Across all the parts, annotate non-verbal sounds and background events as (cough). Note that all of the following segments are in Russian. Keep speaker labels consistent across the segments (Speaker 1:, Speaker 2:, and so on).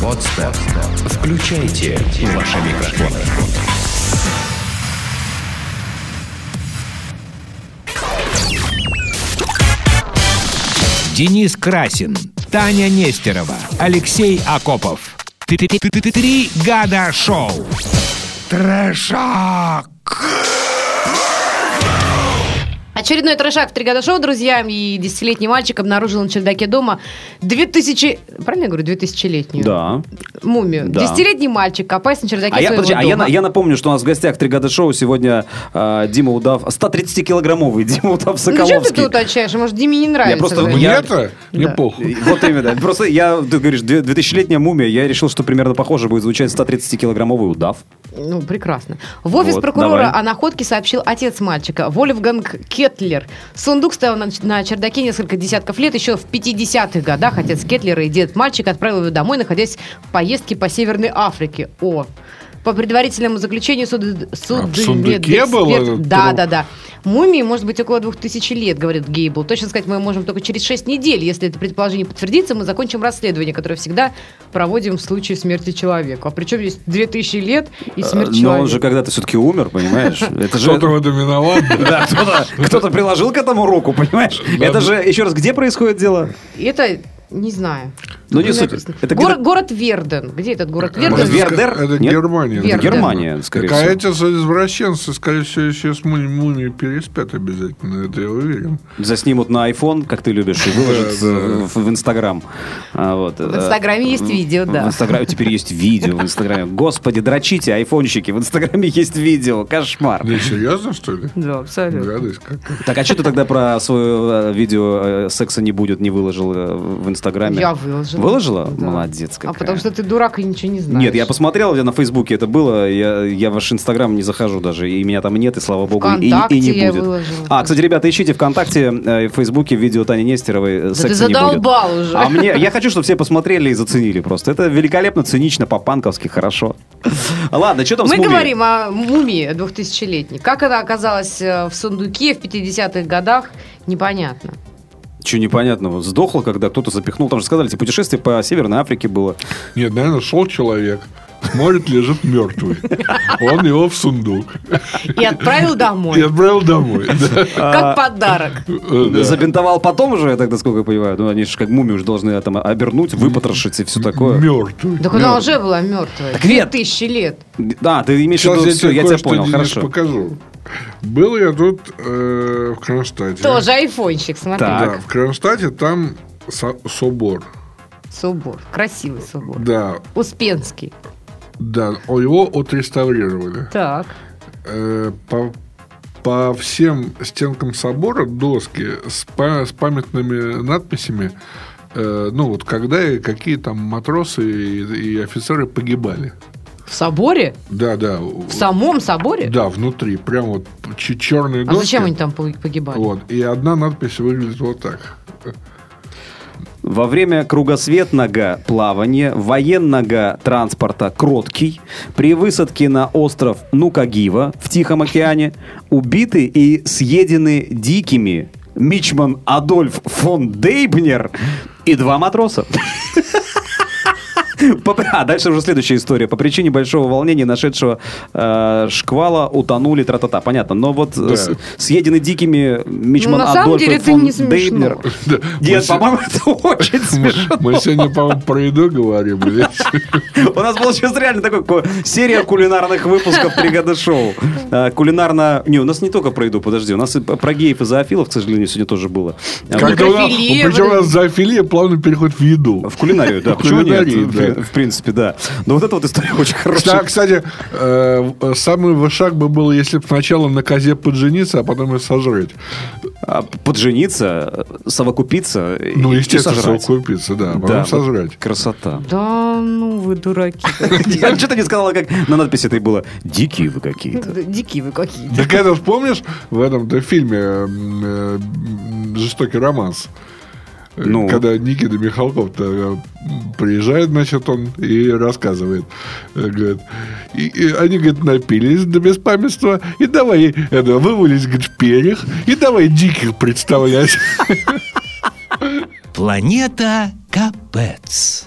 Speaker 1: Подстер. Включайте ваши микрофоны.
Speaker 2: Денис Красин, Таня Нестерова, Алексей Акопов. Три года шоу. Трэшак.
Speaker 3: Очередной трешак в «Три года шоу», друзья, и десятилетний мальчик обнаружил на чердаке дома 2000... Правильно я говорю? 2000-летнюю?
Speaker 4: Да.
Speaker 3: Мумию.
Speaker 4: Да.
Speaker 3: Десятилетний мальчик, копаясь на чердаке
Speaker 4: А я,
Speaker 3: своего
Speaker 4: подожди, а я,
Speaker 3: дома.
Speaker 4: на- я напомню, что у нас в гостях «Три года шоу» сегодня э, Дима Удав, 130-килограммовый (laughs) Дима
Speaker 3: Ну что ты
Speaker 4: Удав-Соколовский.
Speaker 3: тут уточаешь? Может, Диме не нравится?
Speaker 4: просто-
Speaker 3: твоя-
Speaker 4: Я-
Speaker 5: Мне-то? Мне
Speaker 3: Да.
Speaker 5: похуй.
Speaker 4: Вот именно. Просто я, ты говоришь, две- 2000-летняя мумия. Я решил, что примерно похоже будет звучать 130-килограммовый удав.
Speaker 3: Ну, прекрасно. В офис
Speaker 4: Вот,
Speaker 3: прокурора
Speaker 4: давай.
Speaker 3: о находке сообщил отец мальчика, Вольфганг Кетлер. Сундук стоял на, на чердаке несколько десятков лет. Еще в 50-х годах отец Кетлера и дед мальчика отправил его домой, находясь в поездке по Северной Африке. О! По предварительному заключению суд,
Speaker 5: А в сундуке
Speaker 3: судмедэксперт-
Speaker 5: был этот
Speaker 3: Да,
Speaker 5: труп?
Speaker 3: да, да. Мумии может быть около 2000 лет, говорит Гейбл. Точно сказать мы можем только через 6 недель. Если это предположение подтвердится, мы закончим расследование, которое всегда проводим в случае смерти человека. А причем здесь 2000 лет и смерть
Speaker 4: Э, Но он
Speaker 3: человека.
Speaker 4: же когда-то все-таки умер, понимаешь? Это же...
Speaker 5: Кто-то в этом виноват. да?
Speaker 4: (laughs) Да, кто-то, кто-то приложил к этому руку, понимаешь?
Speaker 5: Да,
Speaker 4: Это
Speaker 5: да.
Speaker 4: же, еще раз, где происходит дело?
Speaker 3: Это не знаю.
Speaker 4: Ну, не суть.
Speaker 3: написано.
Speaker 4: Это
Speaker 3: город,
Speaker 4: где-то-
Speaker 3: город Верден. Где этот город
Speaker 5: Это
Speaker 3: Верден?
Speaker 4: Может, Вер- Вердер?
Speaker 5: ска- Это
Speaker 4: Нет?
Speaker 5: Германия.
Speaker 4: Это
Speaker 3: Вердер.
Speaker 4: Германия, скорее
Speaker 5: Так, а
Speaker 4: всего.
Speaker 5: эти извращенцы, скорее всего, еще с муми- мумией переспят обязательно, это я уверен.
Speaker 4: Заснимут на iPhone, как ты любишь, и выложат
Speaker 5: Да, да.
Speaker 4: э, в в Инстаграм. А, вот,
Speaker 3: В
Speaker 4: э,
Speaker 3: Инстаграме есть видео, да.
Speaker 4: В Инстаграме теперь есть видео в Инстаграме. Господи, дрочите, айфонщики, в Инстаграме есть видео. Кошмар.
Speaker 5: Да серьезно, что ли?
Speaker 3: Да, абсолютно.
Speaker 5: Гадость какая.
Speaker 4: Так, а что ты тогда про свое э, видео э, «Секса не будет» не выложил э, в Инстаграме?
Speaker 3: Я выложила.
Speaker 4: Выложила?
Speaker 3: Да.
Speaker 4: Молодец какая.
Speaker 3: А потому что ты дурак и ничего не знаешь.
Speaker 4: Нет, я посмотрел, я на Фейсбуке это было, я, я в ваш Инстаграм не захожу даже, и меня там нет, и слава богу, и- и,
Speaker 3: ВКонтакте
Speaker 4: не
Speaker 3: я
Speaker 4: будет.
Speaker 3: выложила.
Speaker 4: А, кстати, ребята, ищите ВКонтакте, э, и в Фейсбуке видео Тани Нестеровой э,
Speaker 3: Да
Speaker 4: секса
Speaker 3: ты
Speaker 4: не будет».
Speaker 3: задолбал уже.
Speaker 4: А мне, я хочу, чтобы все посмотрели и заценили просто. Это великолепно, цинично, по-панковски, хорошо. Ладно, что там с
Speaker 3: Мы
Speaker 4: мумией?
Speaker 3: говорим о мумии 2000-летней. Как она оказалась э, в сундуке в 50-х годах, непонятно.
Speaker 4: Че непонятного? Сдохло, когда кто-то запихнул. Там же сказали, тебе путешествие по Северной Африке было.
Speaker 5: Нет, наверное, шел человек, смотрит, лежит мертвый. Он его в сундук.
Speaker 3: И отправил
Speaker 5: И
Speaker 3: домой.
Speaker 4: (laughs)
Speaker 5: отправил домой. да.
Speaker 4: А,
Speaker 3: Как подарок.
Speaker 5: Э, да.
Speaker 4: Забинтовал потом уже, я тогда, сколько я понимаю. Ну, они же как мумию же должны а, там обернуть, выпотрошить и все такое.
Speaker 5: Мертвый.
Speaker 3: Так она уже была мертвая.
Speaker 4: ну, Так нет.
Speaker 3: тысячи лет.
Speaker 4: Да, ты имеешь в
Speaker 5: Сейчас
Speaker 4: виду,
Speaker 5: я
Speaker 4: все,
Speaker 5: тебе
Speaker 4: я тебя
Speaker 5: кое-что,
Speaker 4: понял,
Speaker 5: Денис,
Speaker 4: хорошо.
Speaker 5: покажу. Был я тут э, в Кронштадте.
Speaker 3: Тоже айфончик, смотри.
Speaker 4: Так.
Speaker 5: Да, в Кронштадте там со- собор.
Speaker 3: Собор. Красивый собор.
Speaker 5: Да,
Speaker 3: Успенский.
Speaker 5: да, о- его отреставрировали.
Speaker 3: Так.
Speaker 5: Э, по, по всем стенкам собора доски с, па- с памятными надписями, э, ну вот когда и какие там матросы и, и офицеры погибали.
Speaker 3: В соборе?
Speaker 5: Да, да.
Speaker 3: В самом соборе?
Speaker 5: Да, внутри, прям вот ч- черные
Speaker 3: А
Speaker 5: доски.
Speaker 3: зачем они там пог- погибали?
Speaker 5: Вот, и одна надпись выглядит вот так.
Speaker 4: Во время кругосветного плавания, военного транспорта «Кроткий», при высадке на остров Нукагива в Тихом океане, убиты и съедены дикими Мичман Адольф фон Дейбнер и два матроса. По- А дальше уже следующая история. По причине большого волнения нашедшего э, шквала утонули тра-та-та. Понятно. Но вот э, с- съедены дикими Мичман
Speaker 3: Ну, на самом
Speaker 4: Адольф
Speaker 3: деле
Speaker 4: и
Speaker 3: это
Speaker 4: фон
Speaker 3: не смешно.
Speaker 4: Дейбнер.
Speaker 5: Да, мы
Speaker 4: Нет,
Speaker 5: се-
Speaker 4: по-моему, (laughs) это очень
Speaker 5: мы,
Speaker 4: смешно.
Speaker 5: мы сегодня, по-моему, про
Speaker 4: (laughs)
Speaker 5: еду говорим. блядь.
Speaker 4: У нас был сейчас реально такой ко- серия кулинарных выпусков «Три года шоу». А, Кулинарно... Не, у нас не только про еду, подожди. У нас и про геев и зоофилов, к сожалению, сегодня тоже было. А,
Speaker 5: Когда у нас-
Speaker 3: Зоофилия,
Speaker 5: Причем у
Speaker 3: вот это-
Speaker 5: нас зоофилия плавно переходит в еду.
Speaker 4: В кулинарию, да.
Speaker 5: (laughs) В
Speaker 4: Почему нет?
Speaker 5: кулинарии,
Speaker 4: В-
Speaker 5: да.
Speaker 4: В принципе, да. Но вот эта вот история (laughs) очень
Speaker 5: Да,
Speaker 4: хорошая.
Speaker 5: кстати, э, э, самый вышаг бы был, если бы сначала на козе поджениться, а потом ее сожрать.
Speaker 4: А, Поджениться, совокупиться и-
Speaker 5: Ну,
Speaker 4: и
Speaker 5: естественно,
Speaker 4: сожрать.
Speaker 5: совокупиться, да, а потом
Speaker 4: Да, вот
Speaker 5: сожрать.
Speaker 4: Красота. (laughs)
Speaker 3: Да, ну вы (laughs) дураки.
Speaker 4: Что ты не сказала, как на надписи этой было? Дикие вы какие-то.
Speaker 3: Дикие вы какие.
Speaker 5: Так это ж помнишь в этом-то фильме м, э, м, «Жестокий романс»? Э,
Speaker 4: Ну.
Speaker 5: Когда Никита Михалков приезжает, значит, он и рассказывает. Э, Говорит, и, и они, говорит, напились до беспамятства, и давай это, вывалить, говорит, в перьях, и давай диких представлять.
Speaker 2: Планета Капец.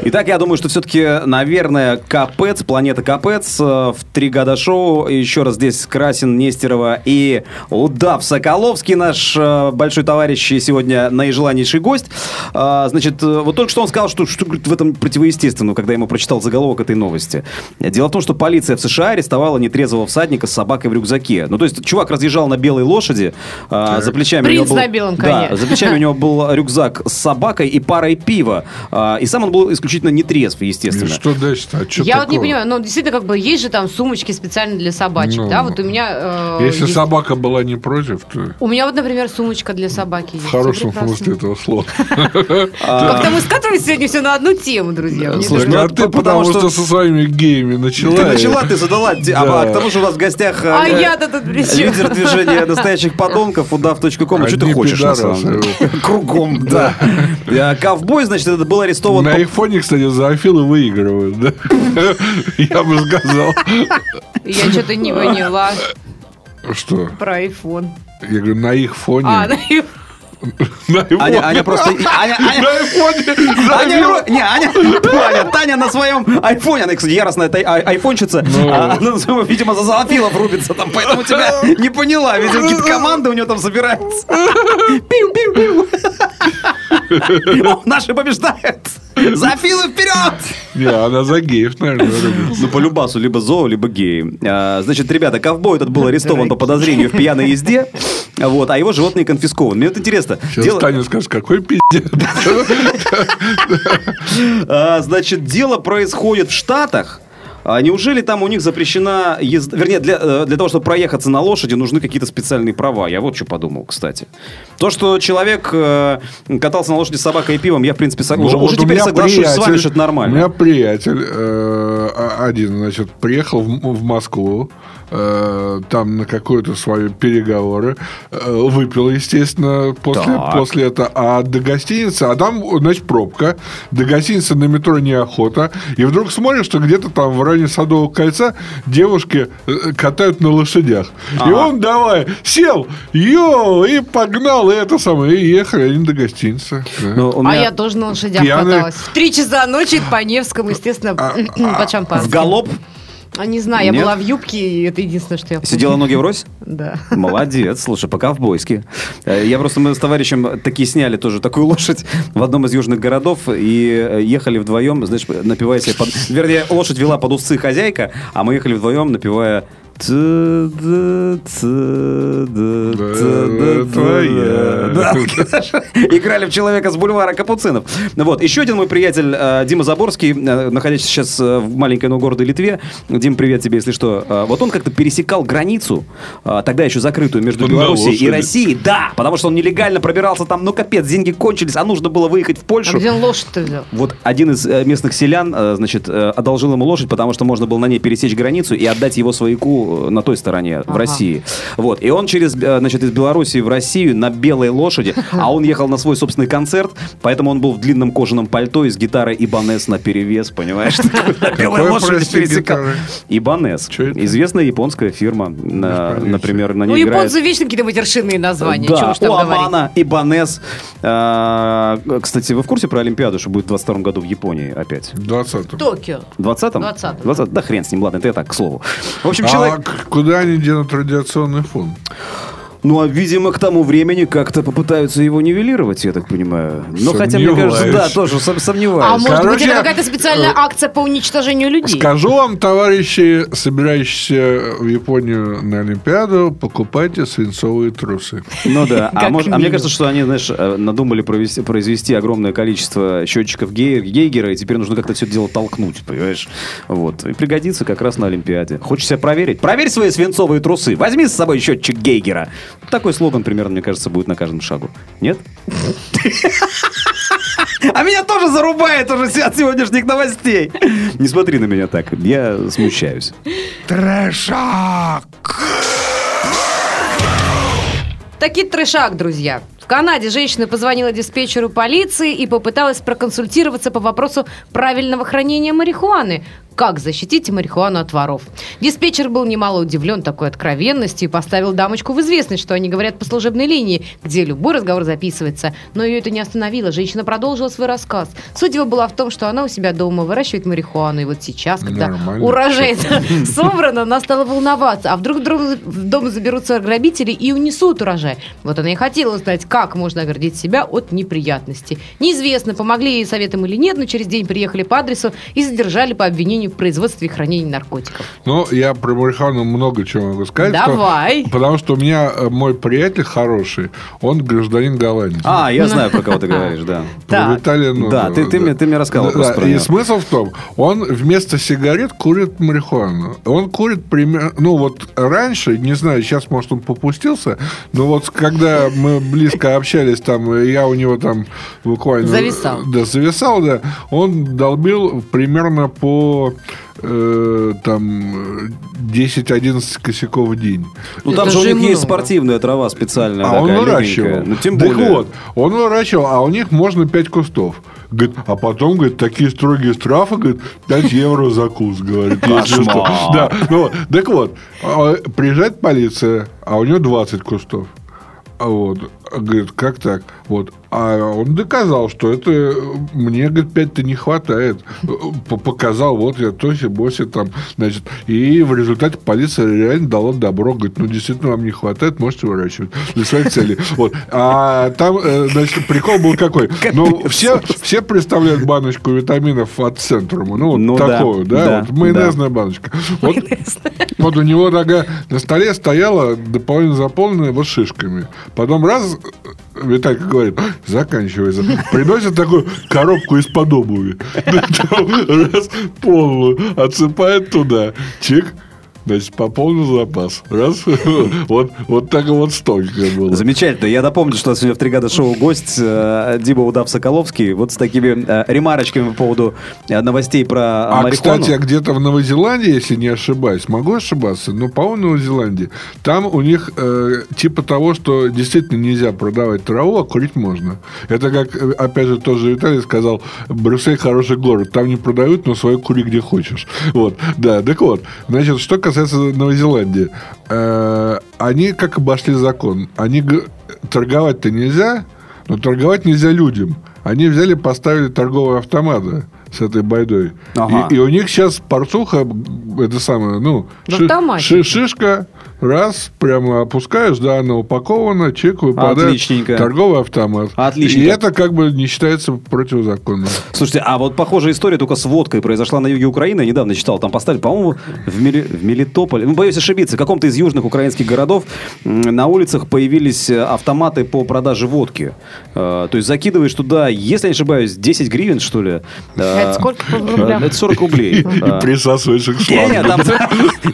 Speaker 4: Итак, я думаю, что все-таки, наверное, Капец, планета Капец э, в три года шоу. Еще раз здесь Красин, Нестерова и Удав Соколовский, наш э, большой товарищ и сегодня наижеланнейший гость. А, Значит, э, вот только что он сказал, что, что говорит, в этом противоестественно, когда я ему прочитал заголовок этой новости. Дело в том, что полиция в США арестовала нетрезвого всадника с собакой в рюкзаке. Ну, то есть, чувак разъезжал на белой лошади, а, за плечами у него
Speaker 3: Принц
Speaker 4: был-
Speaker 3: на белом
Speaker 4: Да,
Speaker 3: коне.
Speaker 4: за плечами у него был рюкзак с собакой и парой пива. А, И сам он был исключительно нетрезв,
Speaker 5: И
Speaker 4: естественно.
Speaker 5: что дальше-то? А чё
Speaker 3: Я вот не
Speaker 5: такого?
Speaker 3: понимаю, ну, действительно, как бы, есть же там сумочки специально для собачек,
Speaker 5: Ну.
Speaker 3: да? Вот у меня... э,
Speaker 5: Если
Speaker 3: есть-
Speaker 5: собака была не против, то
Speaker 3: У меня вот, например, сумочка для собаки есть.
Speaker 5: в
Speaker 3: Всё
Speaker 5: хорошем
Speaker 3: прекрасно.
Speaker 5: смысле этого
Speaker 4: (laughs)
Speaker 5: слова.
Speaker 4: А.
Speaker 3: Как-то мы скатывались сегодня все на одну тему, друзья. Мне
Speaker 4: слушай,
Speaker 3: кажется.
Speaker 5: Ну,
Speaker 4: ну,
Speaker 5: а
Speaker 4: это
Speaker 5: ты
Speaker 4: потому
Speaker 5: потому
Speaker 4: что-
Speaker 5: что со своими геями начала.
Speaker 4: Ты
Speaker 5: и-
Speaker 4: начала, ты задала. те- А
Speaker 5: Да.
Speaker 4: а к тому же у нас в гостях э,
Speaker 3: А я-то тут при чём?
Speaker 4: лидер движения настоящих подонков, удав.ком. А что ты
Speaker 5: Одни
Speaker 4: хочешь, на самом
Speaker 5: пидорасы. (laughs)
Speaker 4: деле? Кругом, да. Э, Ковбой, значит, это был арестован...
Speaker 5: На
Speaker 4: по-
Speaker 5: их фоне, кстати, зоофилы выигрывают, да? (laughs) Я бы сказал.
Speaker 3: Я что-то
Speaker 5: (laughs)
Speaker 3: не поняла
Speaker 5: Что?
Speaker 3: про айфон.
Speaker 5: Я говорю, на их фоне.
Speaker 3: А, на айфон.
Speaker 5: На его-
Speaker 4: Аня, Аня просто... Аня, Аня-
Speaker 5: (laughs) на айфоне
Speaker 4: Аня,
Speaker 5: зоофилы.
Speaker 4: ро- не, Аня, (laughs) Аня, Таня на своем айфоне, она, кстати, яростная тай- ай- айфонщица, а она, на своем, (laughs) видимо, за зоофилов рубится там, поэтому (laughs) тебя не поняла, видимо, какие-то команды у нее там собираются. (laughs) Пиу-пиу-пиу. О, (laughs) Наши побеждают. Зоофилы вперед!
Speaker 5: Не, она за геев, наверное, рубит.
Speaker 4: Ну, по любасу, либо зоо, либо геи. А, значит, ребята, ковбой этот был арестован по подозрению в пьяной езде, вот, а его животные конфискованы. Мне вот интересно.
Speaker 5: Сейчас
Speaker 4: дело-
Speaker 5: Таня скажет, какой пиздец.
Speaker 4: А, Значит, дело происходит в Штатах. А неужели там у них запрещена езда? Вернее, для, э, для того, чтобы проехаться на лошади, нужны какие-то специальные права. Я вот что подумал, кстати. То, что человек э, катался на лошади с собакой и пивом, я, в принципе, сог- уже,
Speaker 5: Ну, вот
Speaker 4: уже
Speaker 5: у
Speaker 4: теперь
Speaker 5: меня
Speaker 4: соглашусь с вами,
Speaker 5: приятель-
Speaker 4: что это
Speaker 5: У меня
Speaker 4: нормально.
Speaker 5: приятель э, а- один, значит, приехал в, М- в Москву, э, там на какое-то свои переговоры, э, выпил, естественно, после,
Speaker 4: Так.
Speaker 5: после этого, а до гостиницы, а там, значит, пробка, до гостиницы на метро неохота, и вдруг смотришь, что где-то там в районе Садового кольца девушки э, катают на лошадях. И он давай, сел, йо, и погнал, и это самое, и ехали они до гостиницы. Да.
Speaker 4: Ну, у
Speaker 3: А
Speaker 4: меня
Speaker 3: я тоже на лошадях
Speaker 5: Пьяный.
Speaker 3: каталась. В три часа ночи по
Speaker 5: А,
Speaker 3: Невскому, естественно, (clears throat) под
Speaker 4: в
Speaker 3: шампанское.
Speaker 4: галоп
Speaker 3: А, Не знаю, я
Speaker 4: Нет?
Speaker 3: была в юбке, и это единственное, что я помню.
Speaker 4: сидела ноги врозь?
Speaker 3: Да.
Speaker 4: Молодец, слушай, пока в бойске. Я просто, мы с товарищем такие сняли тоже такую лошадь в одном из южных городов и э, ехали вдвоем, знаешь, напивая себе под... Вернее, лошадь вела под усы хозяйка, а мы ехали вдвоем, напивая... «Т-да, т-да, т-да, твоя». Да, Играли в человека с бульвара Капуцинов. Ну Вот. Еще один мой приятель э, Дима Заборский, э, находящийся сейчас э, в маленькой, но городе Литве. Дим, привет тебе, если что. Э, Вот он как-то пересекал границу, э, тогда еще закрытую, между
Speaker 5: На
Speaker 4: Белоруссией и
Speaker 5: лошади.
Speaker 4: Россией. Да, потому что он нелегально пробирался там, ну капец, деньги кончились, а нужно было выехать в
Speaker 3: А
Speaker 4: Польшу.
Speaker 3: где он лошадь-то взял?
Speaker 4: Вот один из э, местных селян, э, значит, э, одолжил ему лошадь, потому что можно было на ней пересечь границу и отдать его свояку э, на той стороне, в
Speaker 3: Ага.
Speaker 4: России. Вот. И он через, э, значит, из Белоруссии в Россию на белой лошади, а он ехал на свой собственный концерт, поэтому он был в длинном кожаном пальто и с гитарой Ибанес на перевес, понимаешь? такой, (laughs) на Белой
Speaker 5: Какой,
Speaker 4: лошади
Speaker 5: прости,
Speaker 4: пересекал.
Speaker 5: гитара?
Speaker 4: Ибанес.
Speaker 5: Чё это?
Speaker 4: Известная японская фирма, на-
Speaker 5: понятия.
Speaker 4: например, на
Speaker 3: Ну,
Speaker 4: ней играет...
Speaker 3: японцы вечно какие-то матершинные названия. Чего
Speaker 4: Да,
Speaker 3: уж там
Speaker 4: у
Speaker 3: говорить.
Speaker 4: Амана, Ибанес. А, Кстати, вы в курсе про Олимпиаду, что будет в 22 году в Японии опять?
Speaker 5: 20
Speaker 3: Токио.
Speaker 4: 20-м?
Speaker 3: 20-м.
Speaker 4: 20 Да хрен с ним, ладно, это я так, к слову. В общем,
Speaker 5: А
Speaker 4: человек...
Speaker 5: к- куда они денут радиационный фон?
Speaker 4: Ну, а, видимо, к тому времени как-то попытаются его нивелировать, я так понимаю. Но хотя, мне кажется, да,
Speaker 5: Сомневаюсь.
Speaker 4: тоже сом-
Speaker 3: А
Speaker 4: сомневаюсь.
Speaker 3: может быть,
Speaker 5: Короче,
Speaker 3: это какая-то специальная
Speaker 5: э,
Speaker 3: акция по уничтожению людей?
Speaker 5: Скажу вам, товарищи, собирающиеся в Японию на Олимпиаду, покупайте свинцовые трусы.
Speaker 4: Ну да, а,
Speaker 3: Как
Speaker 4: может- а мне
Speaker 3: минимум.
Speaker 4: кажется, что они, знаешь, э, надумали провести, произвести огромное количество счетчиков Гей- Гейгера, и теперь нужно как-то все это дело толкнуть, понимаешь? Вот. И пригодится как раз на Олимпиаде. Хочешь себя проверить? Проверь свои свинцовые трусы. Возьми с собой счетчик Гейгера. Такой слоган примерно, мне кажется, будет на каждом шагу. Нет? А меня тоже зарубает уже от сегодняшних новостей. Не смотри на меня так, я смущаюсь.
Speaker 2: Трэшак!
Speaker 3: Таки трешак, друзья. Канаде женщина позвонила диспетчеру полиции и попыталась проконсультироваться по вопросу правильного хранения марихуаны. Как защитить марихуану от воров? Диспетчер был немало удивлен такой откровенностью и поставил дамочку в известность, что они говорят по служебной линии, где любой разговор записывается. Но ее это не остановило. Женщина продолжила свой рассказ. Суть его была в том, что она у себя дома выращивает марихуану. И вот сейчас, когда
Speaker 5: Нормально.
Speaker 3: урожай (laughs) собран, она стала волноваться. А вдруг друг- в дом заберутся грабители и унесут урожай? Вот она и хотела узнать, как можно оградить себя от неприятностей. Неизвестно, помогли ей советом или нет, но через день приехали по адресу и задержали по обвинению в производстве и хранении наркотиков.
Speaker 5: Ну, я про марихуану много чего могу сказать. что-
Speaker 3: Давай.
Speaker 5: потому что у меня э, мой приятель хороший, он гражданин Голландии.
Speaker 4: А, я знаю, про кого ты говоришь, да.
Speaker 5: Про
Speaker 3: Так.
Speaker 5: Виталия Носова,
Speaker 4: Да, ты- ты мне- ты мне рассказывал просто про
Speaker 5: и
Speaker 4: него.
Speaker 5: смысл в том, он вместо сигарет курит марихуану. Он курит примерно, ну вот раньше, не знаю, сейчас может он попустился, но вот когда мы близко общались, там я у него там буквально
Speaker 3: Зависал.
Speaker 5: да, зависал, да, он долбил примерно по э, там э, 10-11 косяков в день.
Speaker 4: Ну,
Speaker 3: Это
Speaker 4: там же у
Speaker 3: же
Speaker 4: них есть
Speaker 3: много.
Speaker 4: спортивная трава специальная.
Speaker 5: А он
Speaker 4: такая,
Speaker 5: выращивал.
Speaker 4: легенькая. Ну, тем
Speaker 5: так
Speaker 4: более.
Speaker 5: вот, он выращивал, а у них можно 5 кустов. Говорит, а потом, говорит, такие строгие штрафы, говорит, 5 евро за куст, говорит, если что.
Speaker 4: Кошмар.
Speaker 5: Да, ну вот, так вот, а, приезжает полиция, а у него 20 кустов. А Вот. А, Говорит, как так? Вот. А он доказал, что это э, мне, говорит, 5-то не хватает. Э, п- Показал, вот я тоси, боси там, значит. И в результате полиция реально дала добро. Говорит, ну, действительно, вам не хватает, можете выращивать для своих целей. Вот. А там, э, значит, прикол был какой. Ну, все, все представляют баночку витаминов от Центрума. Ну, вот
Speaker 4: Ну, да.
Speaker 5: такую, да?
Speaker 4: Да,
Speaker 5: вот майонезная баночка. Вот
Speaker 3: Майонезная.
Speaker 5: вот у него нога на столе стояла дополнительно заполненная вот шишками. Потом раз, э, Виталька говорит, «Ах, заканчивается. Приносит такую коробку из-под обуви. Там Раз, полную, отсыпает туда. Чик, значит, пополнил запас. Раз, (laughs) вот, вот так вот столько было.
Speaker 4: Замечательно. Я напомню, что сегодня в три года шоу гость э, Дима Удав Соколовский. Вот с такими э, ремарочками по поводу э, новостей про
Speaker 5: А,
Speaker 4: марихуану.
Speaker 5: кстати, а где-то в Новой Зеландии, если не ошибаюсь, могу ошибаться, но, по-моему, в Новой Зеландии, там у них э, типа того, что действительно нельзя продавать траву, а курить можно. Это как, э, опять же, тоже Виталий сказал, Брюссель хороший город, там не продают, но свою кури где хочешь. Вот, да, так вот. Значит, что касается Новой Зеландии, э, они как обошли закон. Они г- торговать-то нельзя, но торговать нельзя людям. Они взяли, поставили торговые автоматы с этой байдой.
Speaker 4: Ага.
Speaker 5: И, и у них сейчас порцуха, это самое, ну,
Speaker 3: В автомате.
Speaker 5: шишка, раз, прямо опускаешь, да, она упакована, чек выпадает.
Speaker 4: Отличненько.
Speaker 5: Торговый автомат.
Speaker 4: Отличненько.
Speaker 5: И это как бы не считается противозаконным.
Speaker 4: Слушайте, а вот похожая история только с водкой произошла на юге Украины. Я недавно читал, там поставили, по-моему, в, Мели... в Мелитополе. Ну, боюсь ошибиться, в каком-то из южных украинских городов м, на улицах появились э, автоматы по продаже водки. Э, то есть закидываешь туда, если я не ошибаюсь, 10 гривен, что ли. Э,
Speaker 3: Это сколько в рублях?
Speaker 4: э, Это
Speaker 3: (laughs)
Speaker 4: 40 рублей.
Speaker 3: Ну
Speaker 4: Э,
Speaker 5: И присасываешься к
Speaker 4: не, не,
Speaker 5: шлангу.
Speaker 4: там,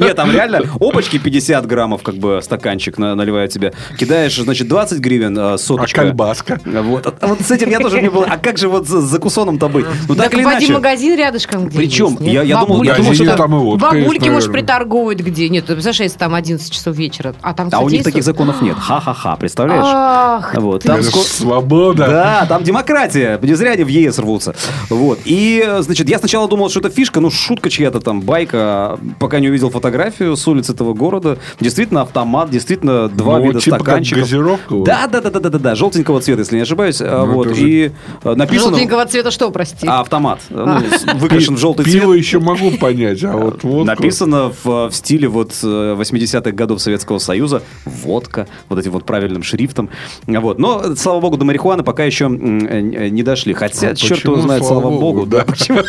Speaker 4: не, там (laughs) реально опачки 50 граммов, как бы стаканчик на- наливают тебе. Кидаешь, значит, 20 гривен, э,
Speaker 5: А
Speaker 4: соточка.
Speaker 5: колбаска.
Speaker 4: А Вот, а вот с этим я тоже не был. А как же вот за- с закусоном-то быть? Ну так
Speaker 3: Так
Speaker 4: или
Speaker 3: пойди в
Speaker 4: иначе.
Speaker 3: магазин рядышком где
Speaker 4: Причем,
Speaker 3: есть, нет?
Speaker 4: я- я думал- я
Speaker 3: Бабульки,
Speaker 4: думал,
Speaker 5: Да,
Speaker 3: может,
Speaker 5: извини,
Speaker 4: что-
Speaker 5: там и водка есть,
Speaker 3: Бабульки, может,
Speaker 5: наверное.
Speaker 3: приторговывают где? Нет, ты представляешь, если там 11 часов вечера, а там
Speaker 4: А у них
Speaker 3: содействуют?
Speaker 4: таких законов нет. Ха-ха-ха, представляешь?
Speaker 3: Ах,
Speaker 4: Вот,
Speaker 3: ты
Speaker 4: там
Speaker 5: Это ж
Speaker 4: ско-
Speaker 5: Свобода.
Speaker 4: Да, там демократия. Не зря они в ЕС рвутся. Вот. И, э, значит, я сначала думал, что это фишка, ну, шутка чья-то там, байка, пока не увидел фотографию с улиц этого города. Действительно, автомат, действительно, два
Speaker 5: Ну,
Speaker 4: вида
Speaker 5: типа как
Speaker 4: стаканчиков.
Speaker 5: газировка вот.
Speaker 4: Да, да, да, да, да, да, да, желтенького цвета, если не ошибаюсь. Э,
Speaker 5: Ну,
Speaker 4: вот.
Speaker 5: это же-
Speaker 4: И э, написано.
Speaker 3: Желтенького Ну, цвета что, прости?
Speaker 4: А, автомат. Э, ну, с- выкрашен в желтый цвет.
Speaker 5: Пиво еще могу понять, а вот водку...
Speaker 4: Написано в, в стиле вот э, 80-х годов Советского Союза водка, вот этим вот правильным шрифтом. Вот. Но, э, слава богу, до марихуаны пока еще м, э, не не дошли. Хотя,
Speaker 5: А
Speaker 4: черт его
Speaker 5: почему,
Speaker 4: знает, слава,
Speaker 5: слава
Speaker 4: богу.
Speaker 5: богу,
Speaker 4: да,
Speaker 5: да.
Speaker 4: (laughs) почему?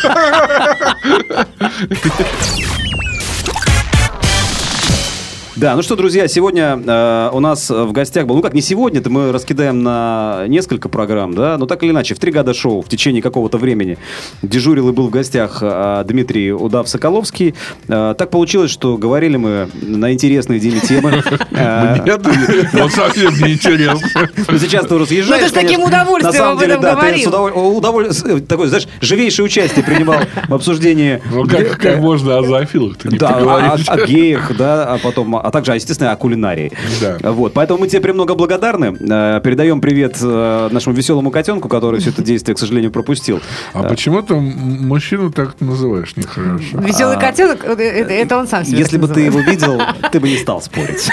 Speaker 4: Да, ну что, друзья, сегодня э, у нас э, в гостях был, ну как, не сегодня, это мы раскидаем на несколько программ, да, но так или иначе, в три года шоу в течение какого-то времени дежурил и был в гостях э, Дмитрий Удав-Соколовский. Э, так получилось, что говорили мы на интересные Диме (laughs) темы. Э,
Speaker 5: Нет, вот совсем неинтересно.
Speaker 4: ну, сейчас ты разъезжаешь.
Speaker 3: Ну, ты с таким
Speaker 4: конечно.
Speaker 3: удовольствием
Speaker 4: На самом
Speaker 3: об
Speaker 4: деле,
Speaker 3: этом
Speaker 4: да,
Speaker 3: говорил.
Speaker 4: ты с удоволь- удоволь- с- э, Такое, знаешь, живейшее участие принимал в обсуждении.
Speaker 5: Ну, как, как можно о зоофилах-то не
Speaker 4: Да, о,
Speaker 5: поговорить?
Speaker 4: о- о геях, да, а потом о, а также, естественно, о кулинарии.
Speaker 5: Да.
Speaker 4: Вот, поэтому мы тебе премного благодарны. Э, Передаем привет э, нашему веселому котенку, который все это действие, к сожалению, пропустил.
Speaker 5: А почему ты м- мужчину так называешь нехорошо?
Speaker 3: Веселый котенок, э, э, это, он сам себя
Speaker 4: а, Если
Speaker 3: так
Speaker 4: бы ты его
Speaker 3: называет.
Speaker 4: видел, ты бы не
Speaker 3: (laughs)
Speaker 4: стал спорить.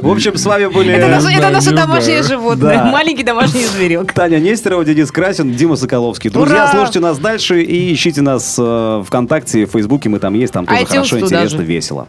Speaker 4: В общем, с вами были...
Speaker 3: Это, наше-
Speaker 5: Не
Speaker 3: это
Speaker 5: знаю,
Speaker 3: наше
Speaker 5: не
Speaker 3: домашнее
Speaker 5: знаю.
Speaker 3: животное,
Speaker 4: Да.
Speaker 3: маленький домашний зверек.
Speaker 4: Таня Нестерова, Денис Красин, Дима Соколовский. Друзья,
Speaker 3: Ура!
Speaker 4: слушайте нас дальше и ищите нас э, ВКонтакте, в Фейсбуке, мы там есть, там тоже
Speaker 3: iTunes
Speaker 4: хорошо,
Speaker 3: туда
Speaker 4: интересно,
Speaker 3: же.
Speaker 4: весело.